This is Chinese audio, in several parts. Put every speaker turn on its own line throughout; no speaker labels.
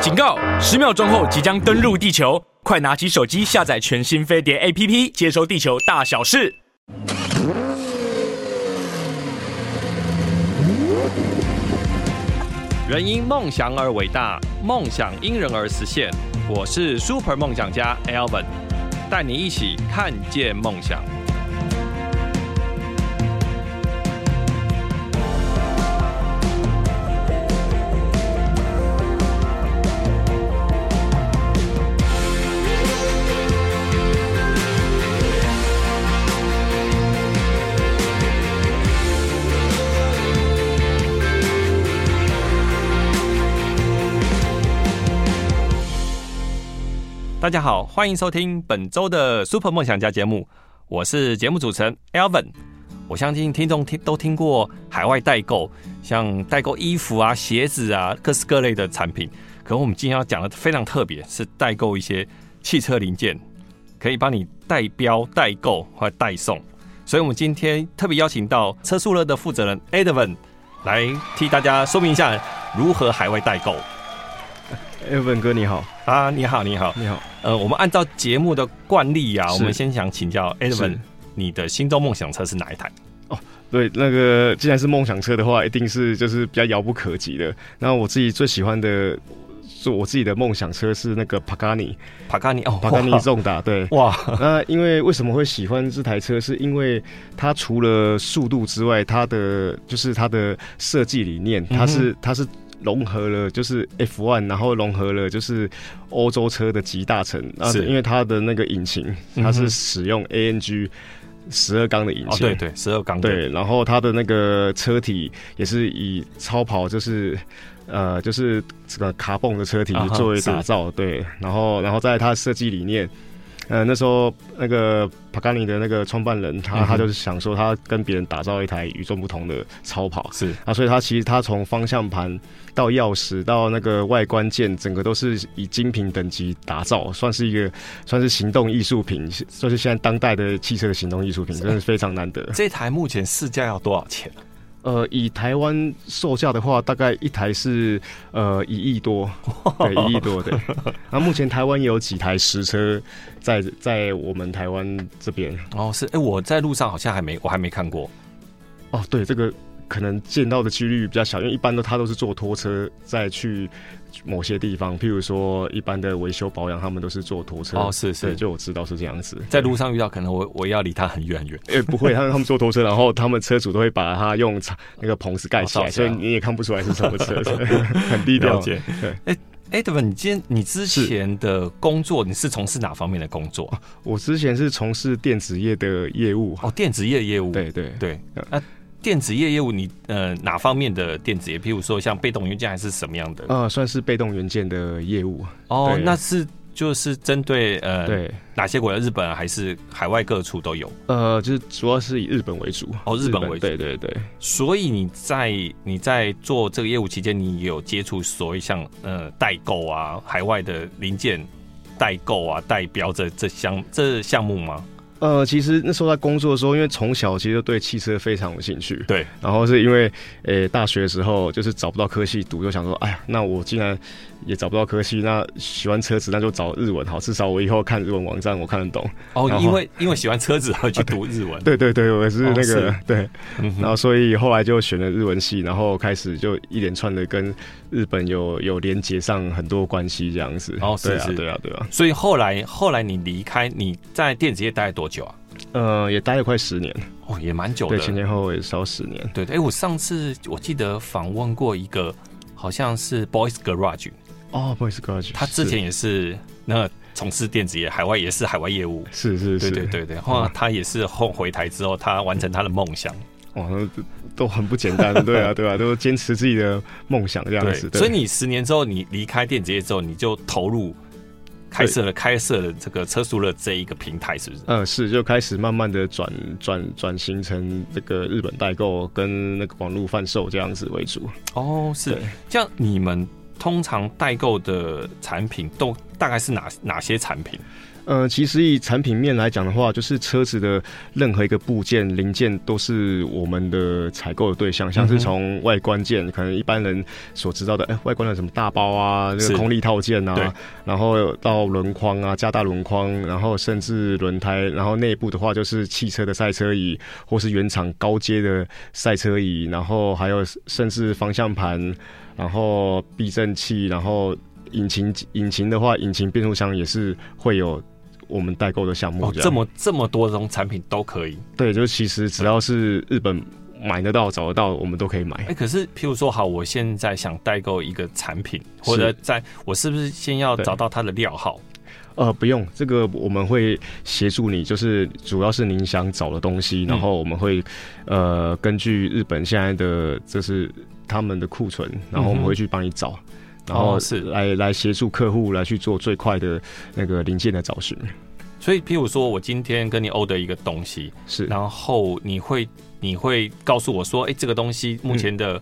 警告！十秒钟后即将登陆地球，快拿起手机下载全新飞碟 APP，接收地球大小事。
人因梦想而伟大，梦想因人而实现。我是 Super 梦想家 Alvin，带你一起看见梦想。大家好，欢迎收听本周的 Super 梦想家节目，我是节目主持人 Alvin。我相信听众听都听过海外代购，像代购衣服啊、鞋子啊，各式各类的产品。可我们今天要讲的非常特别，是代购一些汽车零件，可以帮你代标、代购或代送。所以，我们今天特别邀请到车速乐的负责人 Edvin 来替大家说明一下如何海外代购。
Evan 哥你好，
啊，你好，你好。
你好，
呃，我们按照节目的惯例啊，
是
我们先想请教 Edwin，你的心中梦想车是哪一台？
对，那个既然是梦想车的话，一定是就是比较遥不可及的。那我自己最喜欢的，是我自己的梦想车是那个 Pagani
帕卡尼哦，
Pagani
哇
Zonda。对，
哇，
那因为为什么会喜欢这台车，是因为它除了速度之外，它的就是它的设计理
嗯
念，它是、它是。融合了就是 F1，然后融合了就是欧洲车的集大成，那
是
因为它的那个引擎，它
嗯哼
是使用 ANG 十二缸的引
哦
擎，
对对，十二缸的，
对，然后它的那个车体也是以超跑，就是呃，就是这个卡蹦的车体
啊哈
作为
是
打造，对，然后然后在它的设计理念。呃，那时候那个帕卡尼的那个创办人，
嗯
他、
哼
他就是想说，他跟别人打造一台与众不同的超跑
是
啊，所以他其实他从方向盘到钥匙到那个外观件，整个都是以精品等级打造，算是一个算是行动艺术品，算是现在当代的汽车的行动艺术品，真的是非常难得。
这台目前市价要多少钱？
呃，以台湾售价的话，大概一台是呃一亿 多，对，一亿多对。那目前台湾也有几台实车在在我们台湾这边
哦，是哎，我在路上好像还没，我还没看过
哦，对，这个可能见到的几率比较小，因为一般都他都是坐拖车再去某些地方，譬如说一般的维修保养，他们都是坐拖车。
哦，是
对，
是，
就我知道是这样子，
在路上遇到可能我我要离它很远很远，
诶、不会，他们他们坐拖车，然后他们车主都会把它用草那个棚子盖起
哦
来，
罩起
所
来
以你也看不出来是什么 车，对很低调。
解
对。
哎，Edwin，你今天你之前的工作你是从事哪方面的工作啊？
我之前是从事电子业的业务，
哦，电子业业务。
对对
对
嗯，
那电子业业务你呃哪方面的电子业？譬如说像被动元件还是什么样的？
呃，算是被动元件的业务。
哦，
对
那是就是针对呃
对，
哪些国家？日本啊还是海外各处都有。
呃，就是主要是以日本为主。
哦日本为主
对对对，
所以你在你在做这个业务期间，你有接触所谓像呃代购啊、海外的零件代购啊、代标这这项这项目吗？
呃，其实那时候在工作的时候，因为从小其实就对汽车非常有兴趣。
对，
然后是因为，呃、大学的时候就是找不到科系读，就想说，哎呀，那我既然也找不到科系，那喜欢车子，那就找日文好，至少我以后看日文网站我看得懂。
哦，
然后
因为因为喜欢车子而去读日文。
对对对，我是那个、
哦
对，
嗯哼
然后所以后来就选了日文系，然后开始就一连串的跟日本有有连接上很多关系这样子。
哦是
对啊
是
对啊对啊，
所以后来后来你离开你在电子业待了多久啊？
呃，也待了快十年，
哦，也蛮久的
对，。前前后后也烧十年。
对对，哎，我上次我记得访问过一个，好像是 Boys Garage，
哦，不好意思，Garage，
他之前也是那从事电子业，海外也是海外业务。
是是
对
是，
对对对，后来他也是后回台之后，他完成他的梦想。
哇，那都都很不简单， 对啊对啊，都坚持自己的梦想这样子。对
所以你十年之后，你离开电子业之后，你就投入开设了开设了这个车速乐这一个平台，是不是？
呃，是就开始慢慢的转转转型成这个日本代购跟那个网络贩售这样子为主。
哦，是
对
这样。你们通常代购的产品都大概是哪哪些产品？
呃，其实以产品面来讲的话，就是车子的任何一个部件零件都是我们的采购的对象，像
嗯
是
哼
从外观件，可能一般人所知道的，哎、外观的什么大包啊，这
是
个空力套件
对
啊，然后到轮框啊，加大轮框，然后甚至轮胎，然后内部的话就是汽车的赛车椅，或是原厂高阶的赛车椅，然后还有甚至方向盘，然后避震器，然后引擎引擎的话，引擎变速箱也是会有我们代购的项目
哦，
这
这
样。
么这么多种产品都可以。
对，就其实只要是日本买得到、找得到，我们都可以
哎、
买。
可是譬如说，好，我现在想代购一个产品，或者在我是不是先要
对
找到它的料号？
呃，不用，这个我们会协助你，就是主要是您想找的东西，然后我们会
嗯
呃根据日本现在的就是他们的库存，然后我们会去帮你找。然后
哦是
来来协助客户来去做最快的那个零件的找寻，
所以，譬如说我今天跟你 order 一个东西，
是
然后你会你会告诉我说，哎、这个东西目前的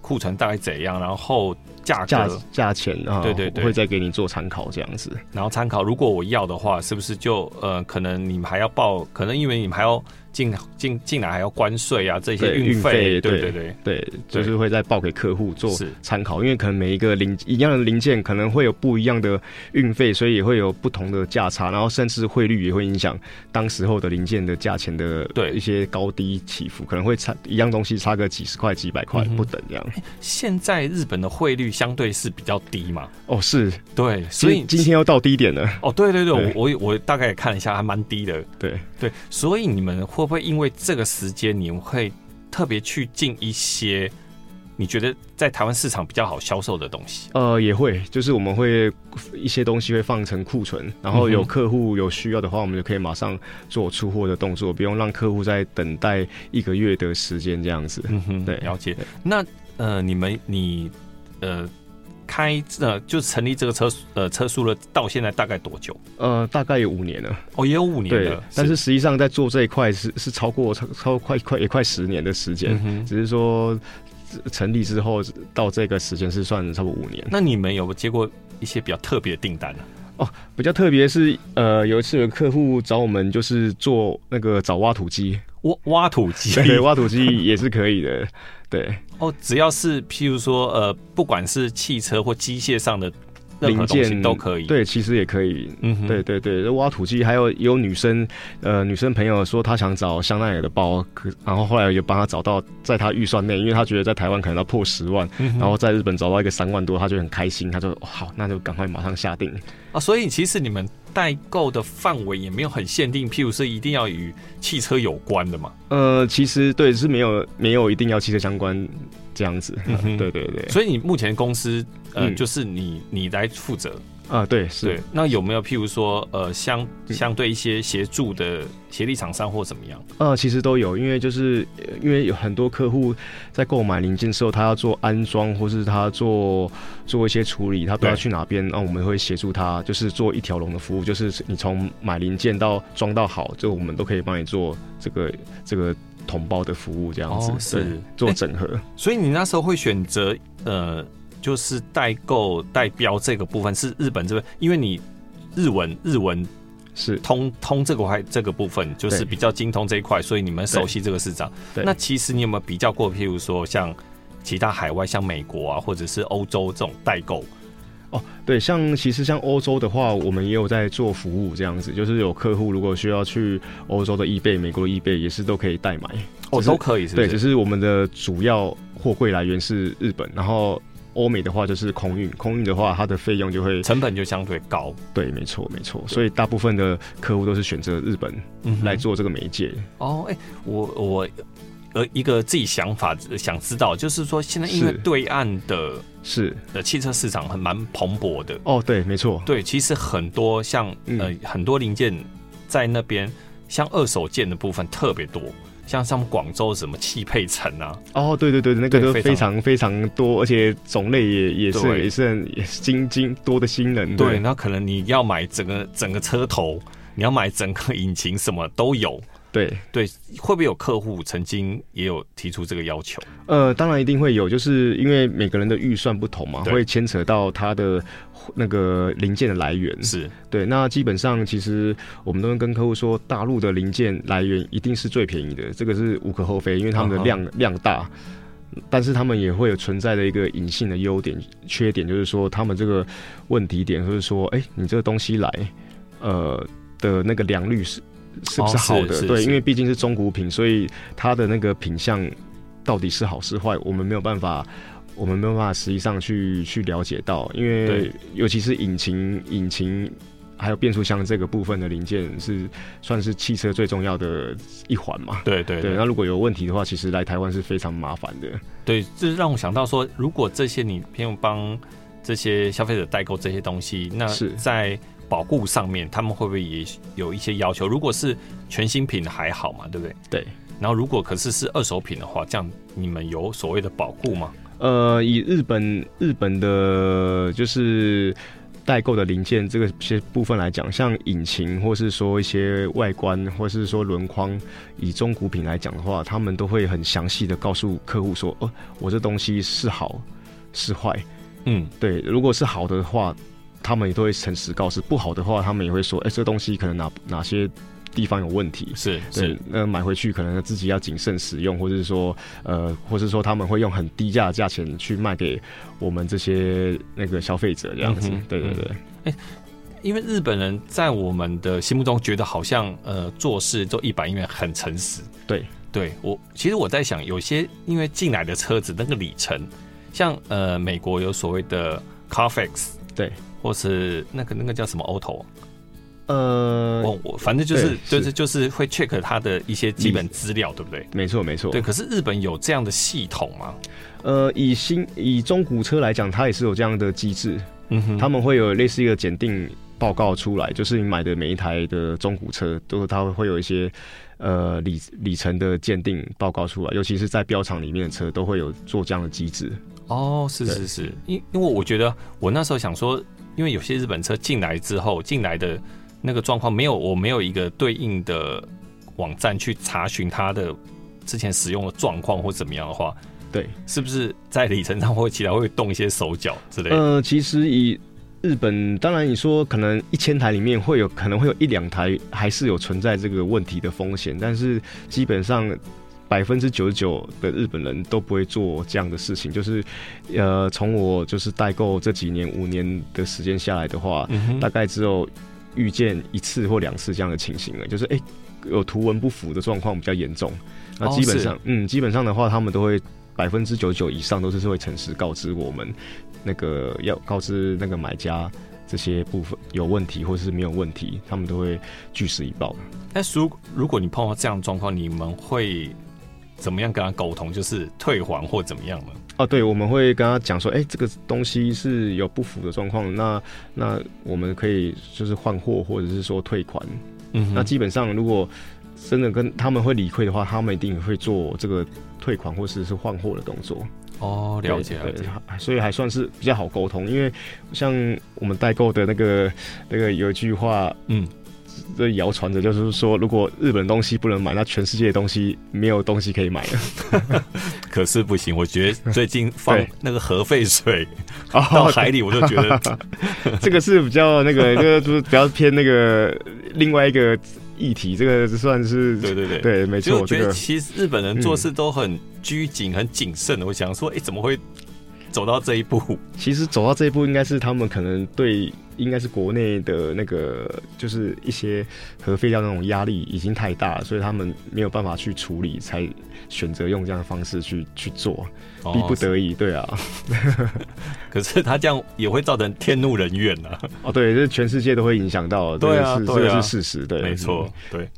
库存大概怎样，然后价
价
格，
价钱啊，
对对对
我会再给你做参考这样子。
然后参考。如果我要的话，是不是就呃，可能你们还要报，可能因为你们还要进进进来还要关税啊，这些
对
运
运
费，
费
对对
对
对，
对，就是会再报给客户做
是
参考，因为可能每一个零一样的零件可能会有不一样的运费，所以也会有不同的价差，然后甚至汇率也会影响当时候的零件的价钱的
对
一些高低起伏，可能会差一样东西差个几十块、几百块
嗯哼
不等这样。
现在日本的汇率相对是比较低嘛，
哦，是，
对，所以
今今天又到低点了，
哦，对对对，
对
我我我大概也看了一下，还蛮低的，
对。
对，所以你们会不会因为这个时间，你们会特别去进一些你觉得在台湾市场比较好销售的东西？啊
呃，也会，就是我们会一些东西会放成库存，然后
嗯
有
哼
客户有需要的话，我们就可以马上做出货的动作，不用让客户再等待一个月的时间这样子。
嗯哼，
对
了解
对。
那呃，你们你呃开呃就成立这个车呃车速了，到现在大概多久？
呃，大概有五年了，
哦，也有五年
对
了，，
但是实际上在做这一块是是超过超超快快也快十年的时间，
嗯哼
只是说呃成立之后到这个时间是算差不多五年。
那你们有没有接过一些比较特别的订单呢、
比较特别是呃，有一次有客户找我们就是做那个找挖土机，
挖挖土机，
对，挖土机也是可以的， 对。
哦，只要是譬如说呃，不管是汽车或机械上的任何东西都可以。，
对，其实也可以。
嗯哼
对对对，挖土机还有也有女生，呃，女生朋友说她想找香奈儿的包，可然后后来就帮她找到，在她预算内，因为她觉得在台湾可能要破十万，
嗯哼
然后在日本找到一个三万多，她就很开心，她就、哦好，那就赶快马上下定。
啊，所以其实你们代购的范围也没有很限定，譬如说一定要与汽车有关的嘛。
呃，其实对是没有没有一定要汽车相关这样子，
嗯哼
对对对，
所以你目前公司呃，
嗯
就是你你来负责。
啊、对是
对，，那有没有譬如说呃相
嗯
相对一些协助的协力厂商或怎么样？
呃，其实都有，因为就是呃因为有很多客户在购买零件的时候，他要做安装或是他做做一些处理，他不知道
对
去哪边，那我们会协助他，就是做一条龙的服务，就是你从买零件到装到好，就我们都可以帮你做这个这个同胞的服务，这样子、
哦是
对做整合。
所以你那时候会选择呃，就是代购代标这个部分是日本这边，因为你日文日文
是
通通这个块这个部分就是
对
比较精通这一块，所以你们熟悉这个市场。
对
那其实你有没有比较过，譬如说像其他海外，像美国啊，或者是欧洲这种代购？
哦，对，像其实像欧洲的话，我们也有在做服务，这样子，就是有客户如果需要去欧洲的 eBay、美国的 eBay 也是都可以代买。
哦，
只是
都可以，是不
对，只
是？
是我们的主要货柜来源是日本，然后欧美的话就是空运，空运的话它的费用就会
成本就相对高，
对，没错没错，所以大部分的客户都是选择日本
嗯哼
来做这个媒介。
哦，哎、我我呃一个自己想法呃想知道，就是说现在因为
是
对岸的
是
呃汽车市场很蛮蓬勃的，
哦，对，没错，
对，其实很多像呃
嗯
很多零件在那边，像二手件的部分特别多，像像广州什么汽配城啊，
哦，对对对，那个
对
都
非
非常非常多，而且种类也也
对
是也是很也是精精多的新人。
嗯对，那可能你要买整个整个车头，你要买整个引擎，什么都有，
对，
对，会不会有客户曾经也有提出这个要求？
呃，当然一定会有，就是因为每个人的预算不同嘛，
对
会牵扯到他的那个零件的来源。
是
对，那基本上其实我们都会跟客户说，大陆的零件来源一定是最便宜的，这个是无可厚非，因为他们
嗯
的
哼
量、量大。但是他们也会有存在的一个隐性的优点、缺点，就是说他们这个问题点，就是说，哎、你这个东西来，呃的那个良率是是不是
哦
好的？
是是
对，
是
因为毕竟是中古品，所以它的那个品相到底是好是坏，我们没有办法，我们没有办法实际上去去了解到，因为
对
尤其是引擎、引擎还有变速箱这个部分的零件是算是汽车最重要的一环嘛。
对对
对，那如果有问题的话，其实来台湾是非常麻烦的。
对，这让我想到说，如果这些你偏帮这些消费者代购这些东西，那
是
在保护上面，他们会不会也有一些要求？如果是全新品还好嘛，对不对？
对。
然后如果可是是二手品的话，这样你们有所谓的保护吗？
呃，以日本日本的就是代购的零件这个些部分来讲，像引擎或是说一些外观，或是说轮框，以中古品来讲的话，他们都会很详细的告诉客户说，哦，我这东西是好是坏。
嗯，
对，如果是好的话，他们也都会诚实告知；不好的话，他们也会说，哎、这东西可能哪哪些地方有问题。
是
对
是，，
那买回去可能自己要谨慎使用，或者是说，呃，或是说他们会用很低价的价钱去卖给我们这些那个消费者这样子。
嗯哼
对对对，
因为日本人在我们的心目中觉得好像呃做事做一板一眼很诚实。
对，
对我其实我在想，有些因为进来的车子那个里程，像呃美国有所谓的 Carfax，
对，
或是那个那个叫什么 Auto，
呃，
我我反正就是
对
就是就是会 check 它的一些基本资料，对不对？
没错没错
对，，可是日本有这样的系统吗？
呃，以新以中古车来讲，它也是有这样的机制，
嗯哼
他们会有类似一个检定报告出来，就是你买的每一台的中古车，都它会有一些呃里里程的鉴定报告出来，尤其是在标厂里面的车都会有做这样的机制。
哦，是
对
是是，因因为我觉得我那时候想说，因为有些日本车进来之后，进来的那个状况没有，我没有一个对应的网站去查询它的之前使用的状况或怎么样的话，
对，
是不是在里程上会起来会动一些手脚之类的？
呃，其实以日本，当然你说可能一千台里面会有可能会有一两台还是有存在这个问题的风险，但是基本上。百分之九十九的日本人都不会做这样的事情，就是，呃，从我就是代购这几年五年的时间下来的话，
嗯哼
大概只有遇见一次或两次这样的情形了，就是哎、诶有图文不符的状况比较严重。那
哦
基本
是
上，嗯，基本上的话，他们都会百分之九九以上都是会诚实告知我们那个要告知那个买家。这些部分有问题或是没有问题，他们都会据实以报。
但是如如果你碰到这样的状况，你们会怎么样跟他沟通？就是退还或怎么样呢？
哦，对，我们会跟他讲说，哎、这个东西是有不符的状况，那那我们可以就是换货或者是说退款，
嗯哼，
那基本上如果真的跟他们会理亏的话，他们一定会做这个退款或者是换货的动作。
哦，了解了
对，
解
对，还所以还算是比较好沟通。因为像我们代购的那个那个有一句话，
嗯，
这谣传着就是说，如果日本东西不能买，那全世界的东西没有东西可以买了。
可是不行，我觉得最近放
对
那个核废水 到
哦，
海里，我都觉 得
这个是比较 那个，这个就是比较偏那个另外一个议题，这个算是
对对对。
对，没
所以
错，
我觉
这
得
个嗯
其实日本人做事都很拘谨、很谨慎的。我想说，哎、怎么会走到这一步？
其实走到这一步，应该是他们可能对，应该是国内的那个，就是一些核废料那种压力已经太大了，所以他们没有办法去处理，才选择用这样的方式去去做， 逼不
哦。
得已，对啊，
可是他这样也会造成天怒人怨啊。
哦，对，这全世界都会影响到，
对啊
这个是
对啊
这个是事实，对，嗯
没错，对。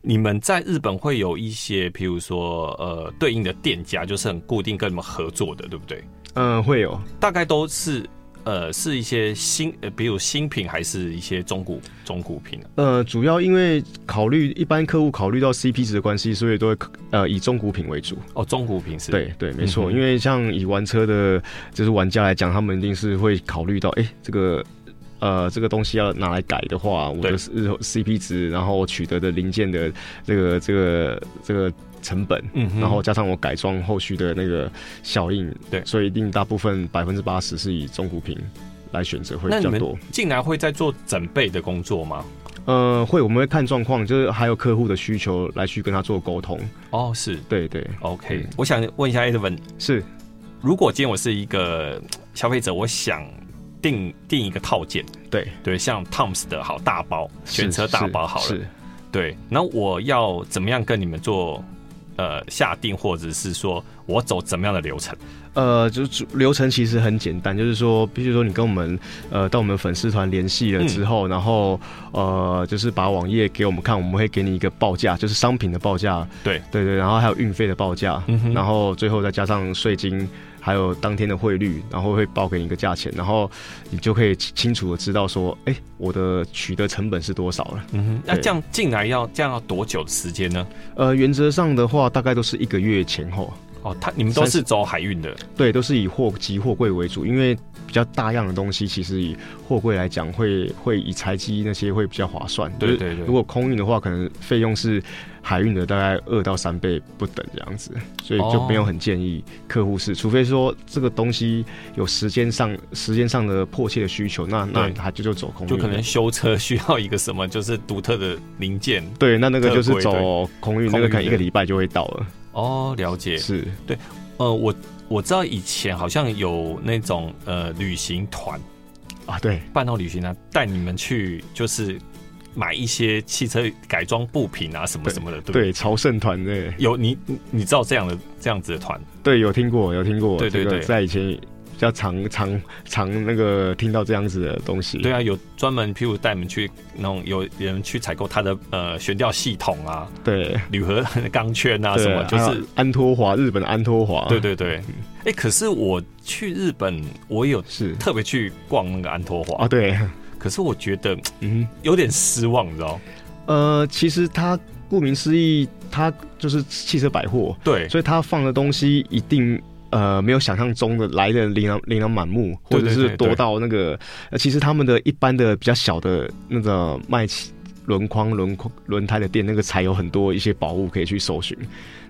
你们在日本会有一些，譬如说，呃，对应的店家就是很固定跟你们合作的，对不对？
嗯，嗯，会有，
大概都是，呃，是一些新，呃，比如新品还是一些中古中古品啊
呃，主要因为考虑一般客户考虑到 CP 值的关系，所以都会呃以中古品为主。
哦，中古品是，
对对，没错，
嗯哼
因为像以玩车的，就是玩家来讲，他们一定是会考虑到，哎、这个。呃这个东西要拿来改的话，我的
对
日后 CP 值，然后我取得的零件的这个这个这个成本，
嗯哼
然后加上我改装后续的那个效应，
对
所以一定大部分百分之八十是以中古品来选择会
那
比
你
较
们
多。
竟然会在做整备的工作吗？
呃，会我们会看状况，就是还有客户的需求来去跟他做沟通。
哦，是
对对，
OK、
嗯
我想问一下 Edwin，
是
如果今天我是一个嗯消费者，我想订订一个套件，
对
对，像 Toms 的好大包，
是
全车大包好了，
是是
对，那我要怎么样跟你们做呃下定，或者是说我走怎么样的流程？
呃，就是主流程其实很简单，就是说，必须说你跟我们呃到我们粉丝团联系了之后，然后呃就是把网页给我们看，我们会给你一个报价，就是商品的报价，
对
对对，然后还有运费的报价，
嗯哼
然后最后再加上税金，还有当天的汇率，然后会报给你一个价钱，然后你就可以清清楚的知道说，哎、我的取得成本是多少了。
嗯哼，那
对
这样进来要这样要多久的时间呢？
呃，原则上的话，大概都是一个月前后。
哦，他你们都
三十
是走海运的，
对，都是以货集货柜为主，因为比较大样的东西，其实以货柜来讲会，会以材机那些会比较划算。
对
就是
对对
如果空运的话，可能费用是海运的大概二到三倍不等这样子，所以就
哦
没有很建议客户是，除非说这个东西有时间上时间上的迫切的需求，那那
对
他就就走空运
就
了，
可能修车需要一个什么，就是独特的零件。
对，那那个就
特
是
贵
走空运，
空
那个可能
运
一
的
个礼拜就会到了。
哦，了解。
是，
呃，我我知道以前好像有那种呃旅行团
啊，对，
半岛旅行啊，带你们去就是买一些汽车改装部品啊什么
对
什么的，对不对？
对，朝圣团对。
有你你你知道这样的这样子的团，
对，有听过，有听过。
对对
这个
对
在以前比较常常常那个听到这样子的东西。
对啊，有专门譬如带你们去那种有人去采购它的呃悬吊系统啊、
对
铝合 钢圈啊
对
什么，就
还
是
有安托华，日本的安托华。
对对对。
嗯
哎、可是我去日本，我有
是
特别去逛那个安托华，
啊，对，
可是我觉得
嗯，
有点失望，你知道？
呃，其实它顾名思义，它就是汽车百货，
对，
所以它放的东西一定。呃，没有想象中的来的琳琅琳琅满目，或者
对对对
是多
对
到那个，呃，其实他们的一般的比较小的那个卖汽轮框、轮框、轮胎的店，那个才有很多一些宝物可以去搜寻。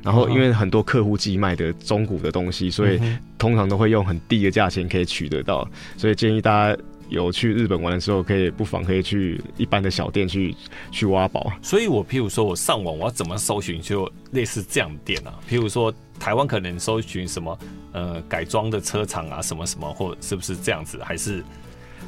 然后，
嗯
因为很多客户寄卖的中古的东西，所以
嗯
通常都会用很低的价钱可以取得到。所以建议大家有去日本玩的时候，可以不妨可以去一般的小店去去挖宝。
所以我譬如说我上网我要怎么搜寻就类似这样的店啊？譬如说台湾可能搜寻什么呃改装的车厂啊什么什么，或是不是这样子？还是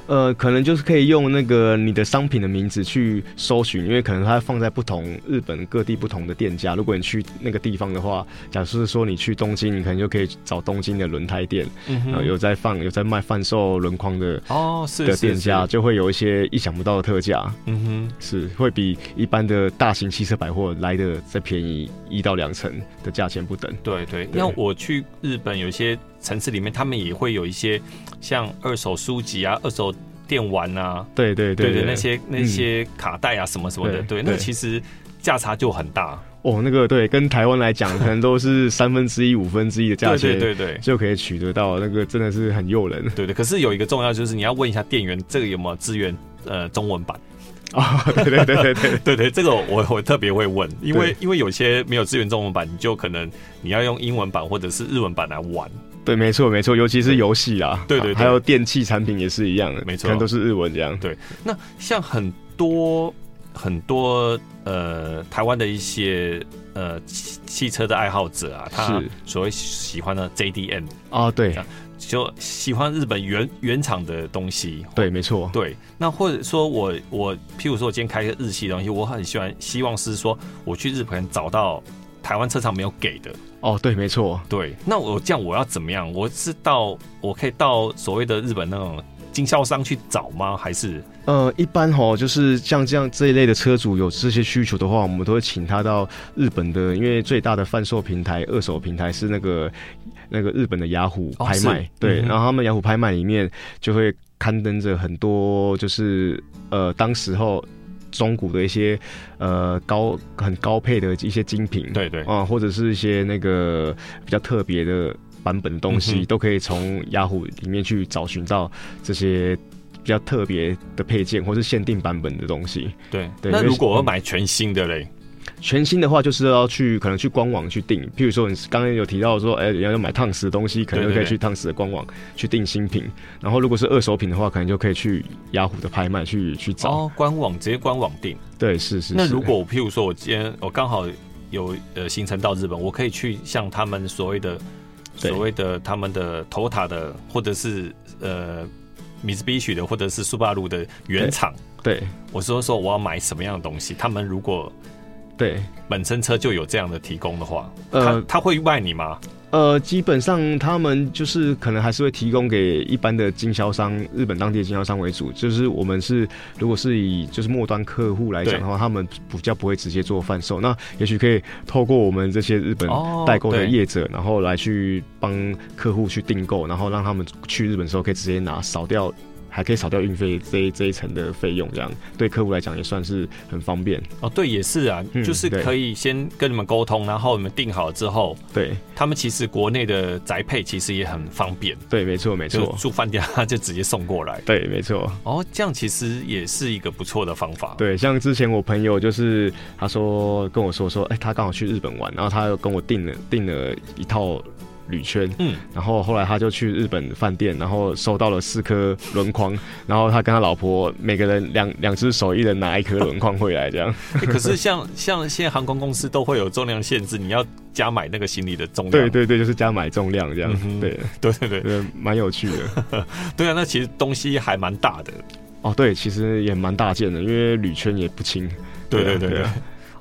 呃，可能就是可以用那个你的商品的名字去搜寻，因为可能它放在不同日本各地不同的店家。如果你去那个地方的话，假设说你去东京，你可能就可以找东京的轮胎店，
嗯
然后有在放有在卖贩售轮框的
哦是
的
是
店家，
是
就会有一些意想不到的特价，
嗯哼。
是会比一般的大型汽车百货来的再便宜一到两成的价钱不等。
对对，
对
那我去日本有一些城市里面，他们也会有一些像二手书籍啊、二手电玩啊，
对对
对
对
对，那些那些卡带啊什么什么的，对，
对
那
对
其实价差就很大。
哦，那个对，跟台湾来讲，可能都是三分之一、五分之一的价
对
钱。
对对对
就可以取得到，那个真的是很诱人
对对。可是有一个重要就是你要问一下店员，这个有没有支援呃中文版？
啊！对对对对对，
对对，这个我我特别会问，因为因为有些没有支援中文版，你就可能你要用英文版或者是日文版来玩。
对，没错没错，尤其是游戏啊，
对对对
还有电器产品也是一样的，
没错
可能都是日文这样。
那像很多很多呃，台湾的一些呃汽汽车的爱好者啊，他
是
所谓喜欢的 JDM，
啊，对
这样就喜欢日本原原厂的东西。
对，没错，
对，那或者说我我譬如说我今天开一个日系的东西，我很喜欢，希望是说我去日本找到台湾车厂没有给的。
哦，对，没错，
对，那我这样我要怎么样？我是到我可以到所谓的日本那种经销商去找吗？还是
呃，一般吼，就是像这样这一类的车主有这些需求的话，我们都会请他到日本的，因为最大的贩售平台、二手平台是那个那个日本的雅虎
哦
拍卖，
是
对，
嗯哼
然后他们雅虎拍卖里面就会刊登着很多就是呃当时候中古的一些呃高很高配的一些精品，
对对
啊、或者是一些那个比较特别的版本的东
嗯
西，
哼
都可以从雅虎里面去找寻到这些比比较特别的配件或是限定版本的东西。
对。
对
那
因为
如果我要
嗯
买全新的嘞，
全新的话，就是要去可能去官网去订，譬如说你刚刚有提到说，哎、要要买烫死的东西，可能
对
就
对
可以
对
去烫死的官网去订新品。然后如果是二手品的话，可能就可以去雅虎的拍卖去去找。
哦，官网直接官网订。
对，是是是。
那如果我譬如说我今天我刚好有呃行程到日本，我可以去像他们所谓的
对
所谓的他们的头塔的，或者是呃米兹必 i 的，或者是苏巴鲁的原厂，
对
我是说说我要买什么样的东西，他们如果
对
本身车就有这样的提供的话，
呃
他他会卖你吗？
呃，基本上他们就是可能还是会提供给一般的经销商，日本当地的经销商为主。就是我们是如果是以就是末端客户来讲的话，他们比较不会直接做贩售。那也许可以透过我们这些日本
哦
代购的
对
业者，然后来去帮客户去订购，然后让他们去日本的时候可以直接拿，少掉还可以少掉运费这一这一层的费用，这样对客户来讲也算是很方便。
哦，对，也是啊，
嗯
就是
对
可以先跟你们沟通，然后你们定好之后，
对
他们其实国内的宅配其实也很方便，
对，没错没
就
错，
住饭店就直接送过来。
对没错。
哦，这样其实也是一个不错的方法。，
对，像之前我朋友就是他说跟我说说，哎、他刚好去日本玩，然后他又跟我订了订了一套铝圈，
嗯，
然后后来他就去日本饭店，然后收到了四颗轮框，然后他跟他老婆每个人两两只手，一人拿一颗轮框回来，这样。
欸可是像像现在航空公司都会有重量限制，你要加买那个行李的重量。
对对对，就是加买重量这样，
嗯哼
对，
对对对
对，蛮有趣的。
对啊，那其实东西还蛮大的。
哦，对，其实也蛮大件的，因为铝圈也不轻。
对
对
对
啊
对
对
对
啊。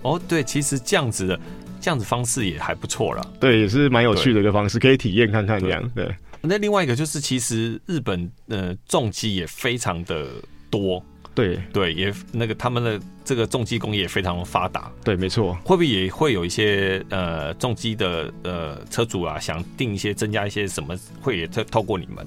哦，对，其实这样子的这样子方式也还不错啦。
对，也是蛮有趣的一个方式，可以体验看看这样。对，
那另外一个就是，其实日本呃重机也非常的多，
对，
对，也那个他们的这个重机工业也非常发达，
对，没错。
会不会也会有一些呃重机的呃车主啊，想定一些增加一些什么，会也透透过你们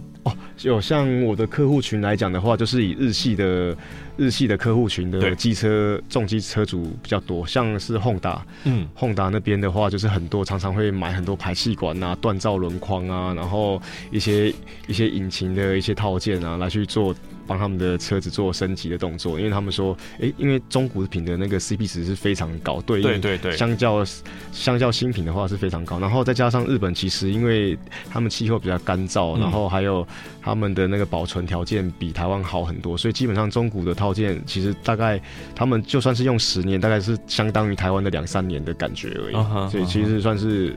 有哦像我的客户群来讲的话，就是以日系的日系的客户群的
对
机车重机车主比较多，像是 Honda
嗯
Honda 那边的话，就是很多常常会买很多排气管啊、锻造轮框啊，然后一些一些引擎的一些套件啊，来去做帮他们的车子做升级的动作，因为他们说，诶、因为中古品的那个 CP 值是非常高，对
对
应
对对，
相较相较新品的话是非常高，然后再加上日本其实因为他们气候比较干燥，
嗯
然后还有他们的那个保存条件比台湾好很多，所以基本上中古的套件其实大概他们就算是用十年，大概是相当于台湾的两三年的感觉而已，
嗯哼
所以其实算是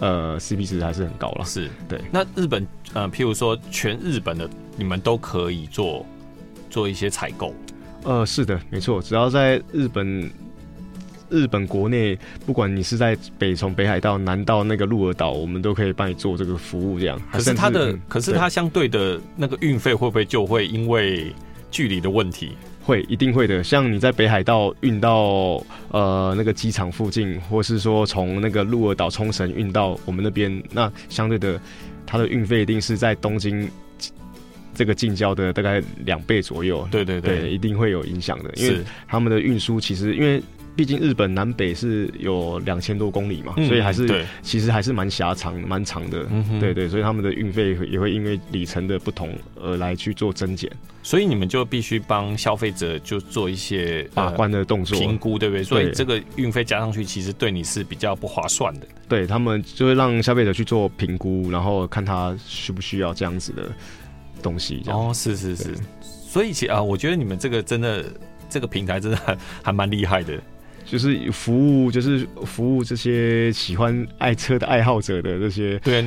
呃 CP 值还是很高了。
是
对。
那日本呃，譬如说全日本的，你们都可以做做一些采购，
呃，是的，没错，只要在日本。日本国内，不管你是在北从北海道、南到那个鹿儿岛，我们都可以帮你做这个服务，这样。
可是它
甚
的、
至嗯
可是
对
它相对的那个运费会不会就会因为距离的问题？
会，一定会的。像你在北海道运到呃那个机场附近，或是说从那个鹿儿岛冲绳运到我们那边，那相对的，它的运费一定是在东京这个近郊的大概两倍左右。
对对
对，
对，
一定会有影响的，因为
是
他们的运输其实因为。毕竟日本南北是有两千多公里嘛，所以还
嗯
是
对，
其实还是蛮狭长、蛮长的，
嗯哼
对对，所以他们的运费也会因为里程的不同而来去做增减、
所以你们就必须帮消费者就做一些
把
呃
关的动作。
评估，对不对？所以
对
这个运费加上去，其实对你是比较不划算的。
对他们就会让消费者去做评估，然后看他需不需要这样子的东西。这样、
哦，是是是
对，
所以其啊，我觉得你们这个真的这个平台真的还还蛮厉害的。
就是服务，就是服务这些喜欢爱车的爱好者的这些。
对，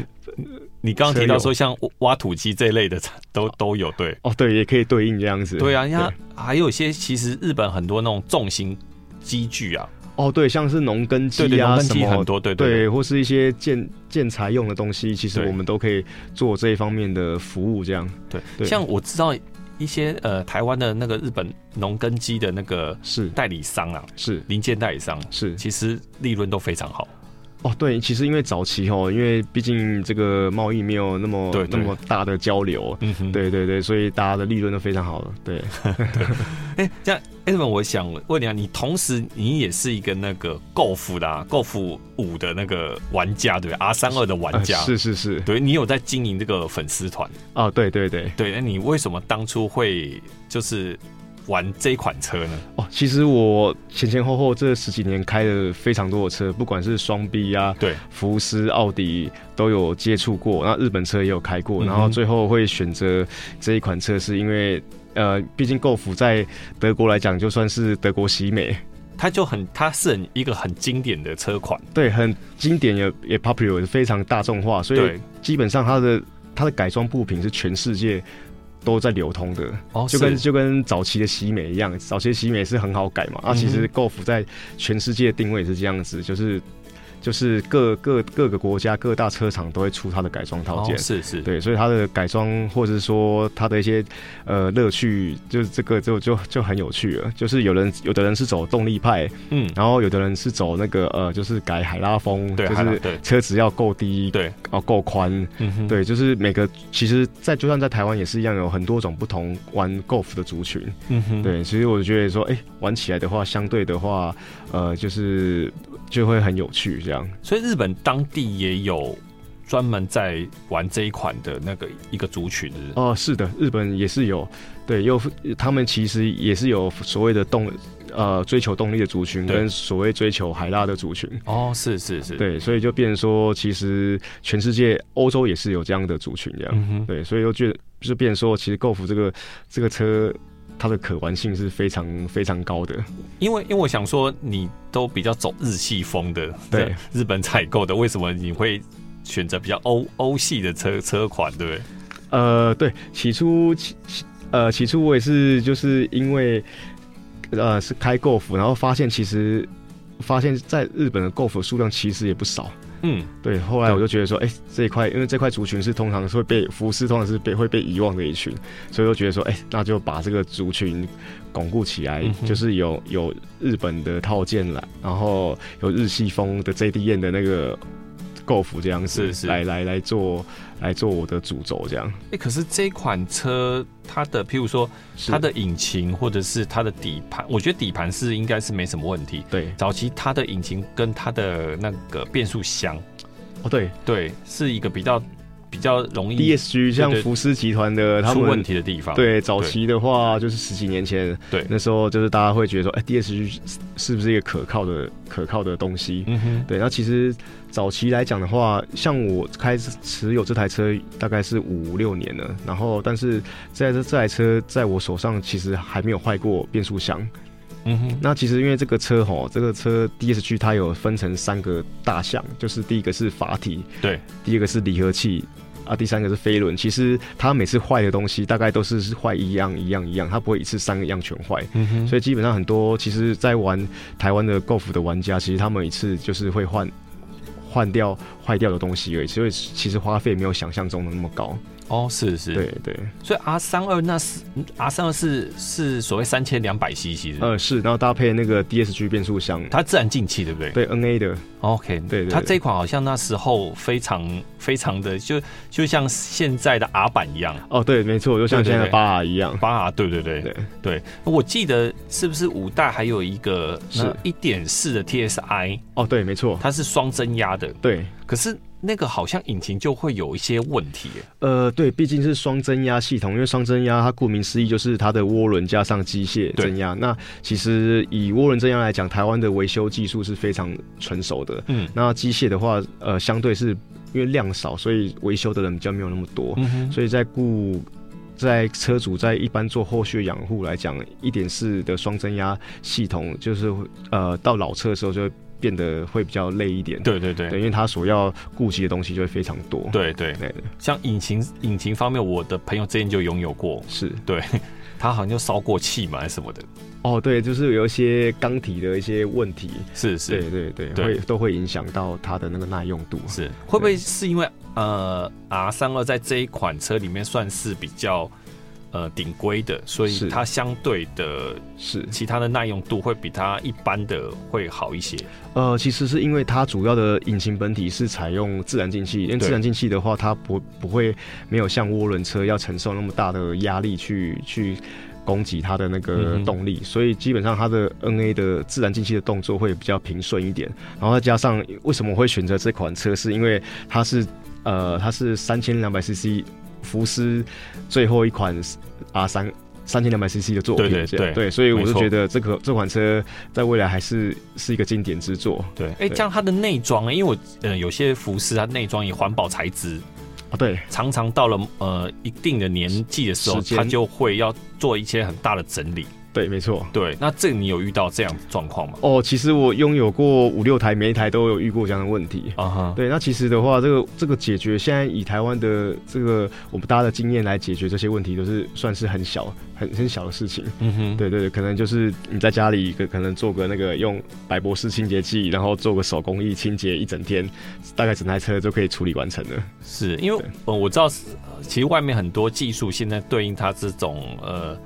你刚刚提
车
到
友
说像挖土机这一类的都都有，对
哦，对，也可以对应这样子。
对啊，像还有一些其实日本很多那种重型机具啊，
哦，对，像是农耕机
对对，
啊
农耕
什
机很
么，
多，对对
对，或是一些建建材用的东西，其实
对
我们都可以做这一方面的服务。这样
对
对
像我知道一些呃台湾的那个日本农耕机的那个
是
代理商啊，
是
零件代理商，
是
其实利润都非常好。
哦，对，其实因为早期哦，因为毕竟这个贸易没有那么
对对
那么大的交流，
嗯哼，
对对对，所以大家的利润都非常好了。对，
哎、这样 Edmund，我想问你啊，你同时你也是一个那个 Golf 啦，Golf 五的那个玩家，对 R 三二的玩
呃
家，
是是是，
对你有在经营这个粉丝团，
哦，对对对，
对，那你为什么当初会就是玩这款车呢？
哦，其实我前前后后这十几年开了非常多的车，不管是双 B 啊、
对，
福斯、奥迪都有接触过，那日本车也有开过，
嗯哼
然后最后会选择这一款车，是因为呃，毕竟 Golf 在德国来讲就算是德国西美，
它就很，它是很一个很经典的车款，
对，很经典也也 popular，非常大众化，所以
对，
基本上它的它的改装布品是全世界都在流通的。
哦
就跟
是
就跟早期的喜美一样，早期的喜美是很好改嘛。
嗯
啊，其实 Golf 在全世界定位也是这样子，就是就是各各各个国家各大车厂都会出它的改装套件。
哦是是，
对，所以它的改装，或者是说它的一些呃乐趣，就是这个就就就很有趣了。就是有人有的人是走动力派，
嗯，
然后有的人是走那个呃，就是改海拉风，
对，
就
还有
是
对，
车子要够低，
对，
哦够宽，
嗯哼，
对，就是每个其实在，就算在台湾也是一样，有很多种不同玩 golf 的族群。
嗯哼，
对，其实我觉得说，哎、玩起来的话，相对的话，呃，就是就会很有趣这样。
所以日本当地也有专门在玩这一款的那个一个族群，是不是
哦、是的，日本也是有，对，又他们其实也是有所谓的动，呃，追求动力的族群
对
跟所谓追求海拉的族群。
哦，是是是，，
对，所以就变成说，其实全世界欧洲也是有这样的族群这样。
嗯哼，
对，所以又觉得就是变成说，其实 Golf 这个这个车，它的可玩性是非常非常高的。
因为因为我想说，你都比较走日系风的，
对，
日本采购的，为什么你会选择比较欧欧系的车车款，对不对？
呃，对，起初起起呃起初我也是就是因为呃是开 Golf，然后发现其实发现在日本的 Golf 数量其实也不少。
嗯，
对，后来我就觉得说，哎、这一块，因为这块族群是通常是会被服饰，通常是被会被遗忘的一群，所以我就觉得说，哎、那就把这个族群巩固起来，
嗯哼
就是有有日本的套件啦，然后有日系风的 JDN 的那个购服这样子，
是是
来来来做来做我的主轴这样，
哎、可是这款车它的，譬如说
是
它的引擎或者是它的底盘，我觉得底盘是应该是没什么问题。
对
早期它的引擎跟它的那个变速箱，
哦对
对，是一个比较比较容易
DSG 像
对
福斯集团的他
出问
们。
题的地方。，
对，早期的话就是十几年前，
对
那时候就是大家会觉得说，哎、d s g 是不是一个可靠的可靠的东西？
嗯哼，
对，那其实早期来讲的话，像我开始持有这台车大概是五六年了，然后但是在这这台车在我手上其实还没有坏过变速箱。
嗯哼，
那其实因为这个车吼，这个车 DSG 它有分成三个大项，就是第一个是阀体，
对，
第二个是离合器。啊，第三个是飞轮，其实它每次坏的东西大概都是是坏一样一样一样，它不会一次三个样全坏。
嗯哼，
所以基本上很多其实，在玩台湾的 Golf 的玩家，其实他们一次就是会换换掉坏掉的东西而已，所以其实花费没有想象中的那么高。
哦，是是，
对对，
所以 R 三二那是 R 三二是是所谓三千两百 CC 的，
呃是，然后搭配那个 DSG 变速箱，
它自然进气对不对？
对 NA 的，
，OK，
对对
它这一款好像那时候非常 非常的就就像现在的 R 版一样，
哦对，没错，就像
对对
现在的
对
巴哈一样，
八 R 对对对
对
我记得是不是五代还有一个
是
一点四的 TSI，
哦对，没错，
它是双增压的，
对。
可是那个好像引擎就会有一些问题耶，
呃，对，毕竟是双增压系统，因为双增压它顾名思义就是它的涡轮加上机械
对
增压。那其实以涡轮增压来讲，台湾的维修技术是非常成熟的。
嗯
那机械的话，呃，相对是因为量少，所以维修的人比较没有那么多，
嗯哼，
所以在顾在车主在一般做后续养护来讲，一点四的双增压系统就是呃到老车的时候就会变得会比较累一点，
对对对
对，因为它所要顾及的东西就会非常多。
对对，
对，
像引擎引擎方面，我的朋友之前就拥有过，
是
对他好像就烧过气嘛还是什么的，
哦，对，就是有一些钢体的一些问题，
是是
对对对，
对
会都会影响到它的那个耐用度。
是，会不会是因为呃 R 三二在这一款车里面算是比较呃顶规的，所以
是
它相对的
是
其他的耐用度会比它一般的会好一些。
呃，其实是因为它主要的引擎本体是采用自然进气，因为
对
自然进气的话，它不不会没有像涡轮车要承受那么大的压力去去供给它的那个
嗯哼
动力，所以基本上它的 NA 的自然进气的动作会比较平顺一点。然后再加上为什么我会选择这款车，是因为它是呃它是三千两百 CC 福斯最后一款 R 三。三千两百 CC 的作
对
品，
对
这样
对
对，所以我
没
是
错
觉得这个这款车在未来还是是一个经典之作
对，哎、像它的内装、因为我呃有些服饰它内装以环保材质，
啊。对，
常常到了呃一定的年纪的时候，
时间
它就会要做一些很大的整理。
对，没错。
对，那这你有遇到这样的状况吗？
哦，其实我拥有过五六台，每一台都有遇过这样的问题。
啊哈，
对，那其实的话，这个这个解决，现在以台湾的这个我们大家的经验来解决这些问题，都是算是很小、很很小的事情。
嗯哼，
对对对，可能就是你在家里可可能做个那个用百博士清洁剂，然后做个手工艺清洁一整天，大概整台车就可以处理完成了。
是因为
对
呃我知道是，呃其实外面很多技术现在对应它这种呃。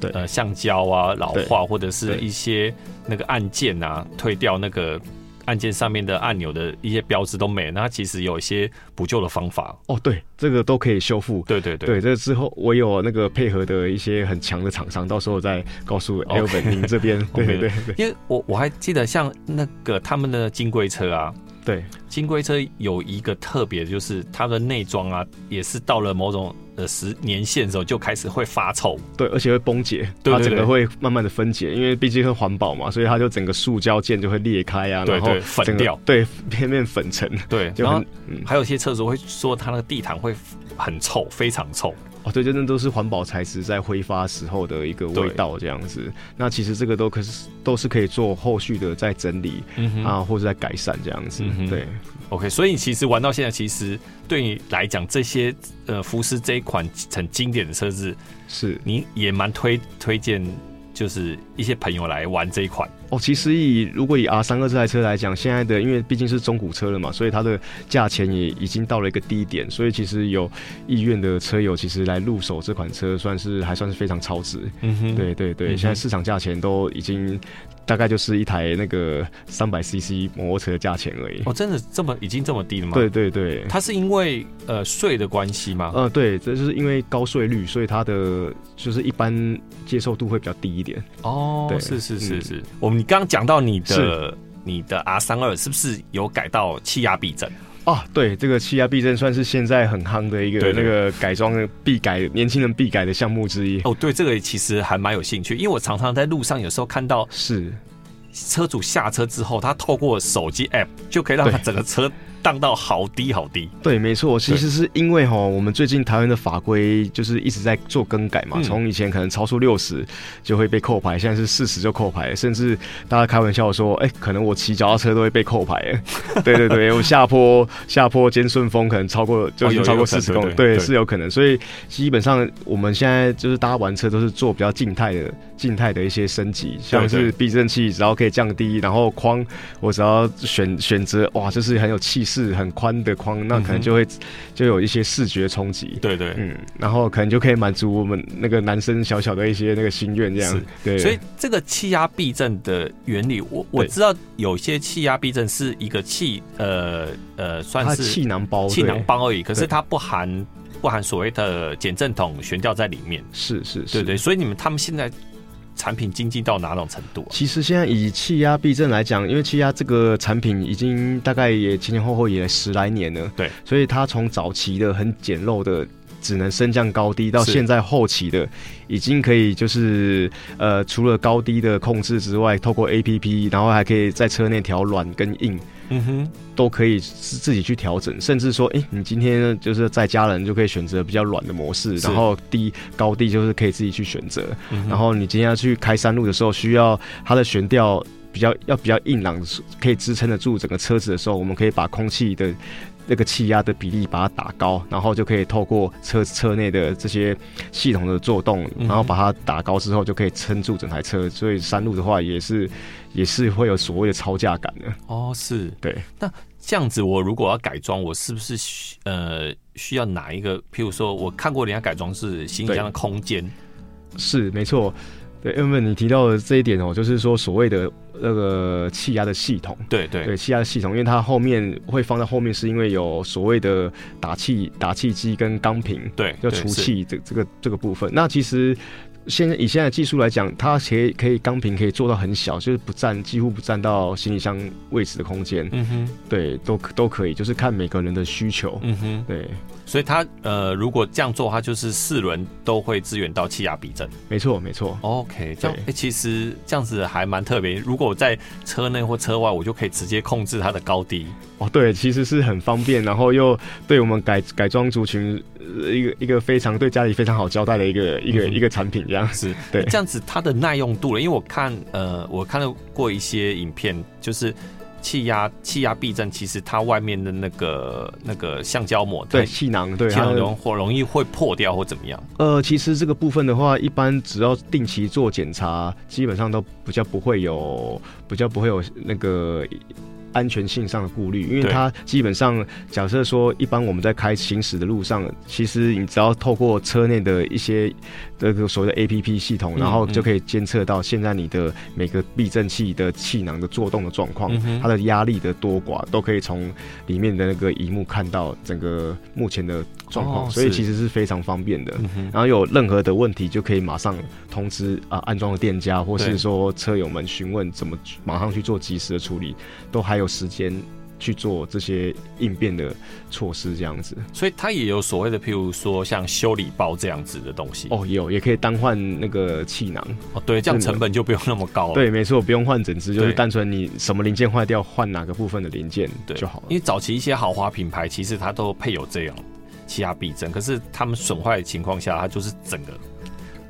对
呃，橡胶啊，老
对
化或者是
对
一些那个按键啊，退掉那个按键上面的按钮的一些标志都没了。那它其实有一些补救的方法。
哦，对，这个都可以修复。
对对对，
对，这之后我有那个配合的一些很强的厂商，到时候再告诉
OK
Elvin 您 这边。对对对对
因为我我还记得像那个他们的金龟车啊，
对，
金龟车有一个特别，就是它的内装啊，也是到了某种呃时年限的时候就开始会发臭。
对，而且会崩解，
对对
它整
对
个会慢慢的分解，因为毕竟是环保嘛，所以它就整个塑胶件就会裂开啊，
对
然后
对粉
整个
掉，
对， 片面粉尘，
对，
就
然后
很嗯，
还有一些厕所会说它那个地毯会很臭，非常臭。
哦，对，真的都是环保材质在挥发时候的一个味
对
道这样子。那其实这个都可是都是可以做后续的再整理、
嗯哼
啊，或者在改善这样子，
嗯哼
对。
OK，所以其实玩到现在，其实对你来讲，这些呃福斯这一款很经典的车子，
是
你也蛮推推荐，就是一些朋友来玩这一款。
哦，其实以如果以 R 三二这台车来讲，现在的因为毕竟是中古车了嘛，所以它的价钱也已经到了一个低点，所以其实有意愿的车友其实来入手这款车，算是还算是非常超值。
嗯哼
对对
嗯
对，
哼
现在市场价钱都已经大概就是一台那个三百 CC 摩托车的价钱而已。
哦，真的这么已经这么低了吗？
对，对对，
它是因为呃税的关系吗？
呃对，这就是因为高税率，所以它的就是一般接受度会比较低一点。
哦，
对
是是是
嗯
是，我们你刚刚讲到你的你的 R 三二是不是有改到气压避震？
啊，对，这个气压避震算是现在很夯的一个
对对
那个改装的必改，年轻人必改的项目之一。
哦，对，这个其实还蛮有兴趣，因为我常常在路上有时候看到
是，
车主下车之后，他透过手机 App 就可以让他
对
整个车荡到好低好低。
对，没错，其
对
实是因为哈，我们最近台湾的法规就是一直在做更改嘛，
嗯
从、以前可能超出六十就会被扣牌，现在是四十就扣牌，甚至大家开玩笑说，哎、可能我骑脚踏车都会被扣牌。 对对对，我下坡下坡兼顺风可能超过就
哦
已
有
经超
有
过
可
四
能
十
对
公里，
对
对，
对
是有可能。所以基本上我们现在就是大家玩车都是做比较静态的静态的一些升级，像
对
是避震器只要可以降低，然后框我只要选选择哇，就是很有气势、很宽的框，那可
嗯哼
能就会、就有一些视觉冲击。
对对，
嗯，然后可能就可以满足我们那个男生小小的一些那个心愿，这
是
样对。
所以这个气压避震的原理，我我
对
知道有些气压避震是一个气呃呃算
它
是
气囊包，
气囊
对
包而已，可是
对
它不含不含所谓的减震筒悬吊在里面，
是是是，
对对，所以你们他们现在产品精进到哪种程度啊？
其实现在以气压避震来讲，因为气压这个产品已经大概也前前后后也十来年了，
对，
所以它从早期的很简陋的。只能升降高低，到
是
现在后期的已经可以就是呃，除了高低的控制之外，透过 A P P，然后还可以在车内调软跟硬，
嗯哼，
都可以自自己去调整，甚至说，诶，你今天就是在家人就可以选择比较软的模式，
是
然后低高低就是可以自己去选择。
嗯哼
然后你今天要去开山路的时候，需要它的悬吊比较要比较硬朗，可以支撑得住整个车子的时候，我们可以把空气的那个气压的比例把它打高，然后就可以透过车车内的这些系统的作动，
嗯哼
然后把它打高之后，就可以撑住整台车。所以山路的话，也是也是会有所谓的超价感的。
哦是
对，
那这样子，我如果要改装，我是不是需呃需要哪一个？譬如说，我看过人家改装是行李箱的空间，
是没错。对，因为你提到的这一点哦，就是说所谓的那个气压的系统，
对对
对气压的系统，因为它后面会放在后面，是因为有所谓的打气打气机跟钢瓶，
对，
要
对
除
是
气这这个这个部分。那其实现在以现在的技术来讲，它可以可以钢瓶可以做到很小，就是不占几乎不占到行李箱位置的空间，
嗯哼，
对，都都可以，就是看每个人的需求。
嗯哼，
对，
所以它呃，如果这样做的话，就是四轮都会支援到气压避震。
没错没错，
OK，这样、
对
诶其实这样子还蛮特别。如果我在车内或车外，我就可以直接控制它的高低。
哦对，其实是很方便，然后又对我们改改装族群、呃一个一个非常对家里非常好交代的一个一个、
嗯哼
一个产品这样。
是
对
这样子它的耐用度了，因为我看呃，我看到过一些影片，就是气压气压避震，其实它外面的那个那个橡胶膜，
对，
哎气
气囊对它
囊
的
容或容易会破掉或怎么样。
呃，其实这个部分的话，一般只要定期做检查，基本上都比较不会有比较不会有那个安全性上的顾虑，因为
对
它基本上假设说，一般我们在开行驶的路上，其实你只要透过车内的一些这个所谓的 A P P 系统，
嗯
然后
嗯
就可以监测到现在你的每个避震器的气囊的做动的状况
嗯哼，
它的压力的多寡，都可以从里面的那个荧幕看到整个目前的状况，
哦
所以
是
其实是非常方便的。
嗯哼，
然后有任何的问题就可以马上通知啊、安装的店家或
对
是说车友们询问怎么马上去做及时的处理，都还有时间去做这些应变的措施这样子。
所以它也有所谓的，譬如说像修理包这样子的东西。
哦，有也可以单换那个气囊，
哦，对，这样
真的
成本就不用那么高了。
对，没错，不用换整只，就是
对
单纯你什么零件坏掉换哪个部分的零件
对
就好
因
了。
为早期一些豪华品牌其实它都配有这样气压避震，可是他们损坏的情况下，它就是整个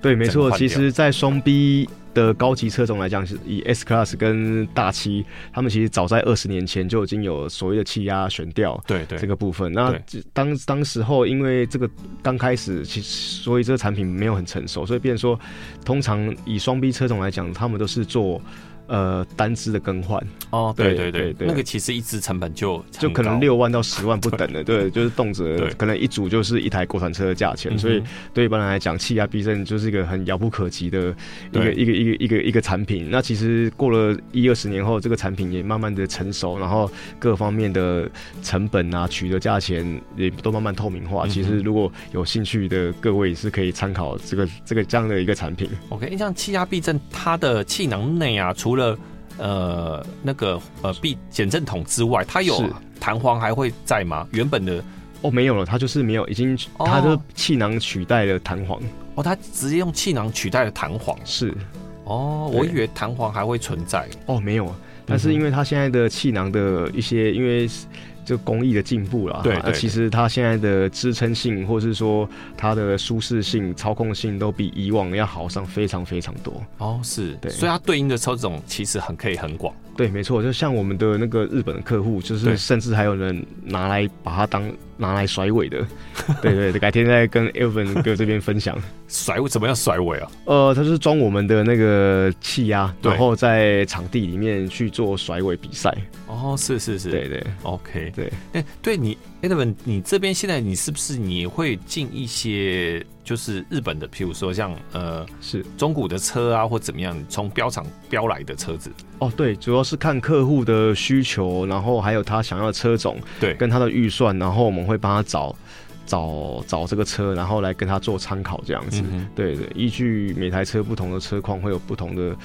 对，没
整个
错，
换
其
掉
实，在双 B。的高级车种来讲，是以 S Class 跟大七，他们其实早在二十年前就已经有所谓的气压悬吊
对对
这个部分。那
对
这当当时候，因为这个刚开始，其实所以这个产品没有很成熟，所以变成说，通常以双 B 车种来讲，他们都是做呃单支的更换，
哦，对对
对
对
对对
那个其实一支成本就很
就可能
高
六万到十万不等的，对，就是动辄
对
可能一组就是一台国产车的价钱，
嗯哼
所以对一般人来讲，气压避震就是一个很遥不可及的一个
对
一个一个一个一个产品。那其实过了一二十年后，这个产品也慢慢的成熟，然后各方面的成本啊、取得价钱也都慢慢透明化。
嗯哼
其实如果有兴趣的各位是可以参考这个这个这样的一个产品。
OK，像气压避震，它的气囊内啊，除了呃那个呃避减震筒之外，它有
是
弹簧还会在吗？原本的
哦，没有了，它就是没有，已经
哦
它的气囊取代了弹簧，
哦，它直接用气囊取代了弹簧
是。
哦，
对
我以为弹簧还会存在
哦，没有，
嗯
但是因为它现在的气囊的一些，因为就工艺的进步啦，
对
啊
对
其实它现在的支撑性，或是说它的舒适性、操控性，都比以往要好上非常非常多。
哦，是，
对
所以它对应的车种其实很可以很广，
对，没错，就像我们的那个日本的客户，就
对
是甚至还有人拿来把它当拿来甩尾 的，对对对，改天再跟 Elvin 哥这边分享。
甩尾怎么样甩尾啊？
呃，它就是装我们的那个气压，
对
然后在场地里面去做甩尾比赛。
哦，是是是，
对对。
OK，
对，
哎、对你 Edwin，你这边现在你是不是你会进一些就是日本的，譬如说像呃
是
中古的车啊，或怎么样，从标厂标来的车子？
哦，对，主要是看客户的需求，然后还有他想要的车种
对，
跟他的预算，然后我们会帮他找找找这个车，然后来跟他做参考这样子。
嗯哼，
对对，依据每台车不同的车况，会有不同的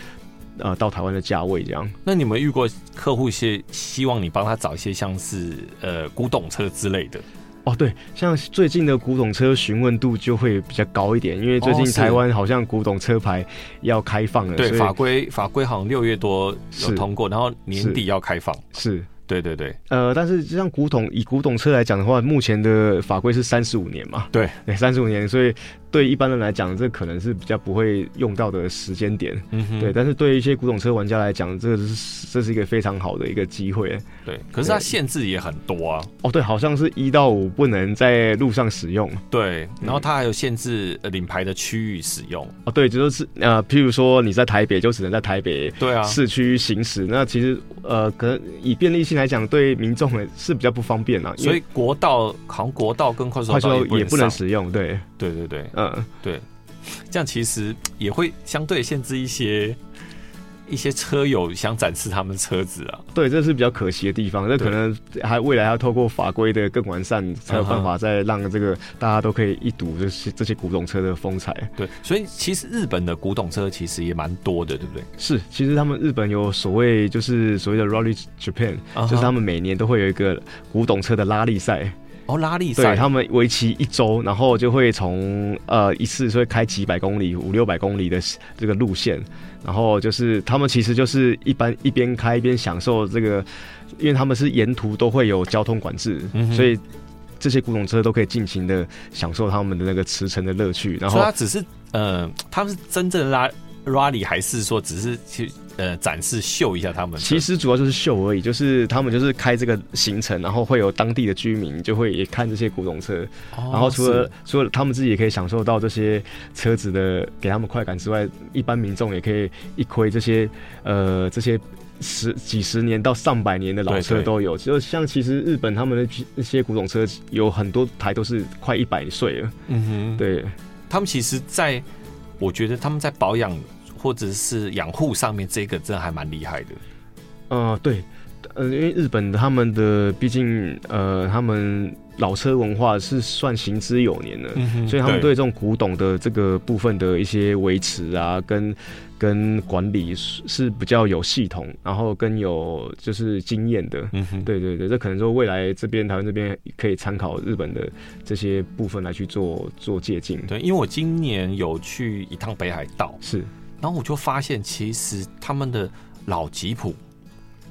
呃到台湾的价位这样。
那你们遇过客户是希望你帮他找一些像是呃古董车之类的？
哦，对，像最近的古董车询问度就会比较高一点，因为最
哦
近
是
台湾好像古董车牌要开放了，
对，
所以
法规法规好像六月多有
是
通过，然后年底要开放。
是
对对对，
呃，但是就像古董以古董车来讲的话，目前的法规是三十五年嘛，
对
对，三十五年，所以对一般人来讲，这可能是比较不会用到的时间点，
嗯哼
对。但是对一些古董车玩家来讲，这个是这是一个非常好的一个机会。
对，可是它限制也很多啊，
哦，对，好像是一到五不能在路上使用。
对，然后它还有限制呃领牌的区域使用，
哦，对，就是呃，譬如说你在台北，就只能在台北
对啊，
市区行驶。那其实呃，可能以便利性来讲，对民众是比较不方便啦。因为
所以国道好像国道跟快速
快
道
速
也
也
不
不
能上，
能使用，对，
对对对，
嗯，
这样其实也会相对限制一些一些车友想展示他们车子啊，
对，这是比较可惜的地方。那
对
可能还未来要透过法规的更完善，才有办法再让这个大家都可以一睹这些这些古董车的风采。
对，所以其实日本的古董车其实也蛮多的，对不对？
是，其实他们日本有所谓就是所谓的 Rally Japan，、
啊哈
就是他们每年都会有一个古董车的拉力赛，
哦拉力
对
赛，
他们为期一周，然后就会从呃一次就会开几百公里、五六百公里的这个路线，然后就是他们其实就是一般一边开一边享受这个，因为他们是沿途都会有交通管制，
嗯哼
所以这些古董车都可以尽情的享受他们的那个驰骋的乐趣，然
所以
后
它只是呃，他们是真正的拉 rally 还是说只是去呃展示秀一下他们的？
其实主要就是秀而已，就是他们就是开这个行程，然后会有当地的居民就会也看这些古董车，
哦，
然后除了
是
除了他们自己也可以享受到这些车子的给他们快感之外，一般民众也可以一窥这些呃这些十几十年到上百年的老
对
车
对
都有。就像其实日本他们的那些古董车有很多台都是快一百岁了，
嗯哼，
对，
他们其实在，我觉得他们在保养或者是养护上面，这个真的还蛮厉害的。
呃，对，呃，因为日本他们的毕竟呃，他们老车文化是算行之有年的，
嗯哼
所以他们对这种古董的这个部分的一些维持啊，跟跟管理是是比较有系统，然后更有就是经验的。
嗯哼，
对对对，这可能说未来这边台湾这边可以参考日本的这些部分来去做做借鉴。
对，因为我今年有去一趟北海道，
是，
然后我就发现其实他们的老吉普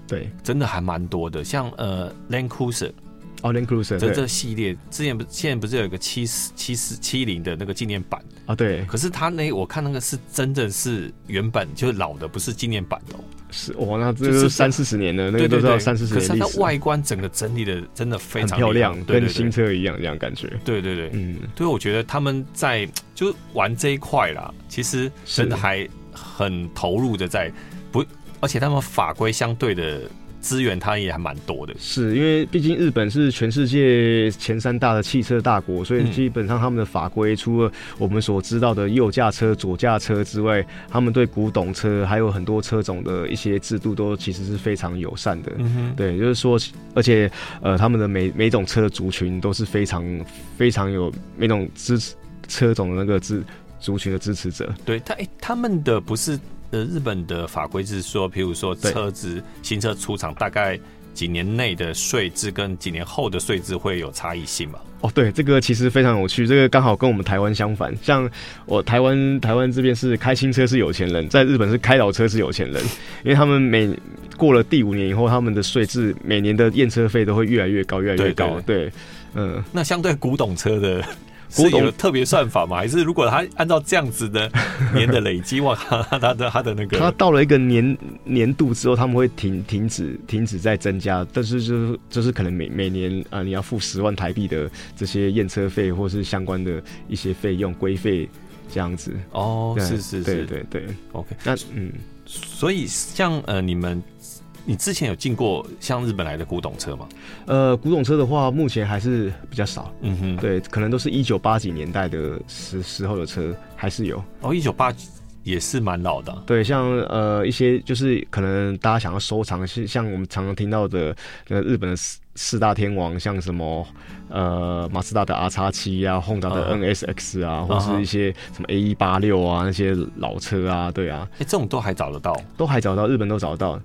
对
真的还蛮多的，像呃 Land Cruiser
，All Inclusive，
这
对
这系列，之前不现在不是有一个七十七十七零的那个纪念版，
啊，对，
可是它那我看那个是真正是原本就是老的，不是纪念版的、哦。
是哇，那这
就是
是三四十年了，那个都是要三四十
可是
年历
它
史，啊
外观整个整理的真的非
很
常
漂
厉害
亮，
对
跟
对
新
对，
车一样，这样感觉。
对对对，
嗯，
对，我觉得他们在就是玩这一块啦，其实真的
是
还很投入的在不，而且他们法规相对的资源，它也还蛮多的。
是因为毕竟日本是全世界前三大的汽车大国，所以
嗯
基本上他们的法规除了我们所知道的右驾车、左驾车之外，他们对古董车还有很多车种的一些制度都其实是非常友善的。
嗯哼，
对，就是说，而且呃，他们的每每种车的族群都是非常非常有每种支持车种的那个支族群的支持者。
对，他诶，他们的不是呃，日本的法规是说，譬如说
对
车子新车出厂大概几年内的税制跟几年后的税制会有差异性嘛？
哦，对，这个其实非常有趣，这个刚好跟我们台湾相反。像我台湾台湾这边是开新车是有钱人，在日本是开老车是有钱人，因为他们每过了第五年以后，他们的税制每年的验车费都会越来越高，越来越高。对，嗯，
那相对古董车的
古
是
董
有特别算法吗？还是如果他按照这样子的年的累积，哇， 他他的他的那
他
个，
到了一个年年度之后，他们会停停止停止再增加，但是就是就是可能每每年啊、呃你要付十万台币的这些验车费或是相关的一些费用规费这样子。
哦，
对
是是
对
是
对对，
，OK。
那嗯。
所以像呃，你们你之前有进过像日本来的古董车吗？
呃，古董车的话，目前还是比较少，
嗯哼，，
对，可能都是一九八几年代的时时候的车还是有。
哦，一九八也是蛮老的啊，
对，像呃一些就是可能大家想要收藏，是像我们常常听到的呃日本的四四大天王，像什么呃马自达的 R 叉七啊，Honda 的
嗯
NSX 啊，
嗯
或
哼
是一些什么 A 一八六啊那些老车啊，对啊，
哎，这种都还找得到。
都还找到，日本都找到。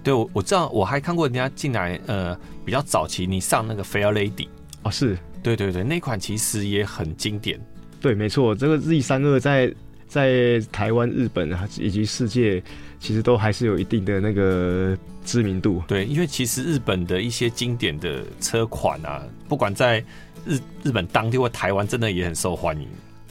对，我我知道，我还看过人家进来，呃，比较早期你上那个 Fair Lady，
哦，是
对对对，那款其实也很经典。
对，没错，这个 Z 三二在在台湾、日本啊以及世界，其实都还是有一定的那个知名度。
对，因为其实日本的一些经典的车款啊，不管在日日本当地或台湾，真的也很受欢迎。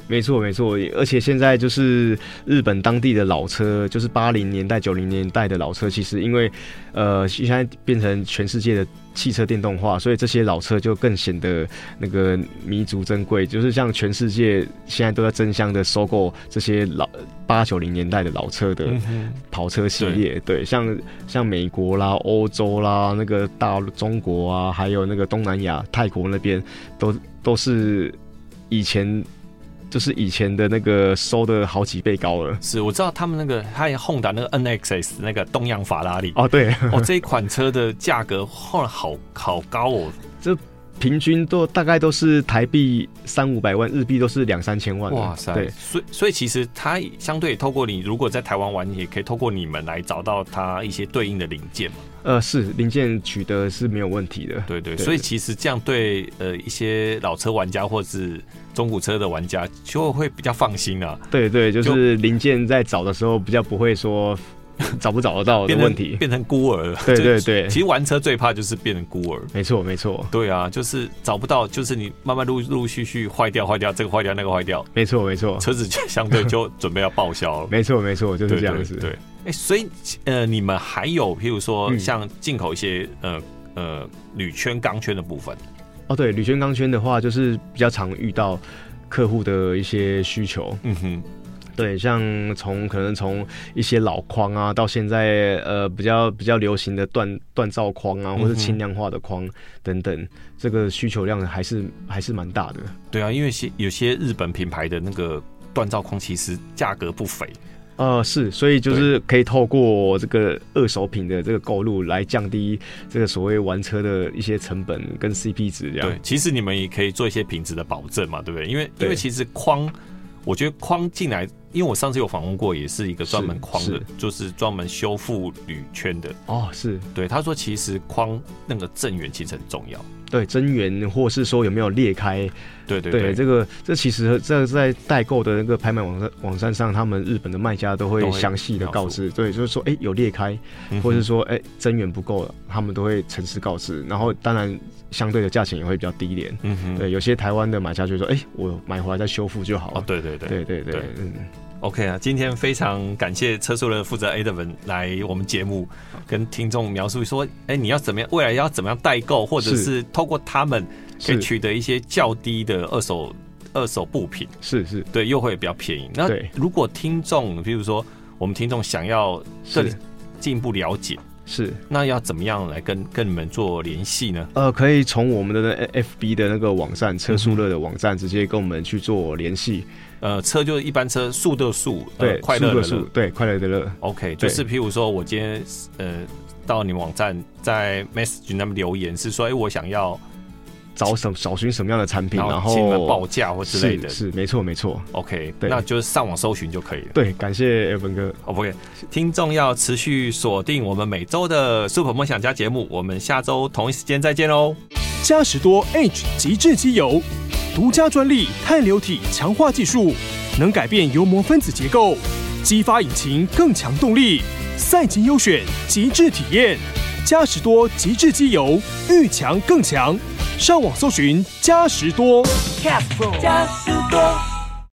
没错，没错，而且现在就是日本当地的老车，就是八零年代、九零年代的老车，其实因为呃现在变成全世界的汽车电动化，所以这些老车就更显得那个弥足珍贵。就是像全世界现在都在争相的收购这些老八九零年代的老车的
嗯哼，
跑车系列，对，像像美国啦、欧洲啦、那个大陆中国啊，还有那个东南亚、泰国那边，都都是以前就是以前的那个收的好几倍高了。
是我知道他们那个他也 Honda 那个 NXS 那个东洋法拉利
哦，对，
哦，这一款车的价格后来好好高哦，
平均都大概都是台币三五百万，日币都是两三千万了。
哇塞！
对，
所以所以其实它相对透过你，如果在台湾玩，也可以透过你们来找到它一些对应的零件嘛，
呃，是零件取得是没有问题的。
对对。
对
所以其实这样对呃一些老车玩家或是中古车的玩家就会比较放心啊，
对对，就是零件在找的时候比较不会说找不找得到的
变成
问题。
变成孤儿了。
对对
就
对
其实玩车最怕就是变成孤儿。
没错没错
对啊，就是找不到，就是你慢慢陆陆续续坏掉，坏掉，这个坏掉，那个坏 掉，
没错没错
车子就相对就准备要报销了。
没错没错，就是这样子。
对，哎、诶所以呃，你们还有譬如说
嗯
像进口一些呃呃铝圈、钢圈的部分，
哦，对，铝圈钢圈的话，就是比较常遇到客户的一些需求。
嗯哼，
对，像从可能从一些老框啊，到现在呃比较比较流行的锻锻造框啊，或
嗯哼
是轻量化的框等等，这个需求量还是还是蛮大的。
对啊，因为些有些日本品牌的那个锻造框其实价格不菲，
呃，是，所以就是可以透过这个二手品的这个购入来降低这个所谓玩车的一些成本跟 CP 值这样。
对，其实你们也可以做一些品质的保证嘛，对不对？因为因
啊对
为其实框，我觉得框进来，因为我上次有访问过，也是一个专门框的
是，
就是专门修复铝圈的。
哦，是
对，他说其实框那个正圆其实很重要。
对增援，或是说有没有裂开，
对对
对这个，这其实这在代购的那个拍卖网站网站上，他们日本的卖家都
都
会
会
详细的告知，对，就是说，哎、有裂开，
嗯哼
或者是说，哎、增援不够了，他们都会诚实告知。然后，当然，相对的价钱也会比较低廉。
嗯哼，
对，有些台湾的买家就说，哎、我买回来再修复就好了。
哦，对对对，
对对对
对
嗯，
OK 啊，今天非常感谢车速的负责 A 的文来我们节目跟听众描述说，哎、你要怎么样，未来要怎么样代购，或者
是
是透过他们可以
是
取得一些较低的二手二手布品，
是是
对，又会比较便宜。那
对
如果听众，比如说我们听众想要更
是
进一步了解，
是，
那要怎么样来跟跟你们做联系呢？
呃，可以从我们的那 FB 的那个网站车
嗯
速乐的网站直接跟我们去做联系。
呃，车就是一般车，速的速，呃
对，
快乐
速
的
的速
乐，
对，快乐的乐，
OK，就
对
是譬如说，我今天呃到你们网站在 message 那边留言，是说，哎、我想要，
找什找寻什么样的产品，然
后请你们报
后
价或之
是
类的。
是没错没错。
OK，
对
那就是上网搜寻就可以了。
对，感谢 Evan 哥，
哦，OK，听众要持续锁定我们每周的 Super 梦想家节目，我们下周同一时间再见喽。
嘉实多 H 极致机油，独家专利碳流体强化技术，能改变油膜分子结构，激发引擎更强动力。赛级优选，极致体验。嘉实多极致机油，遇强更强。上网搜寻嘉实多。
加士多，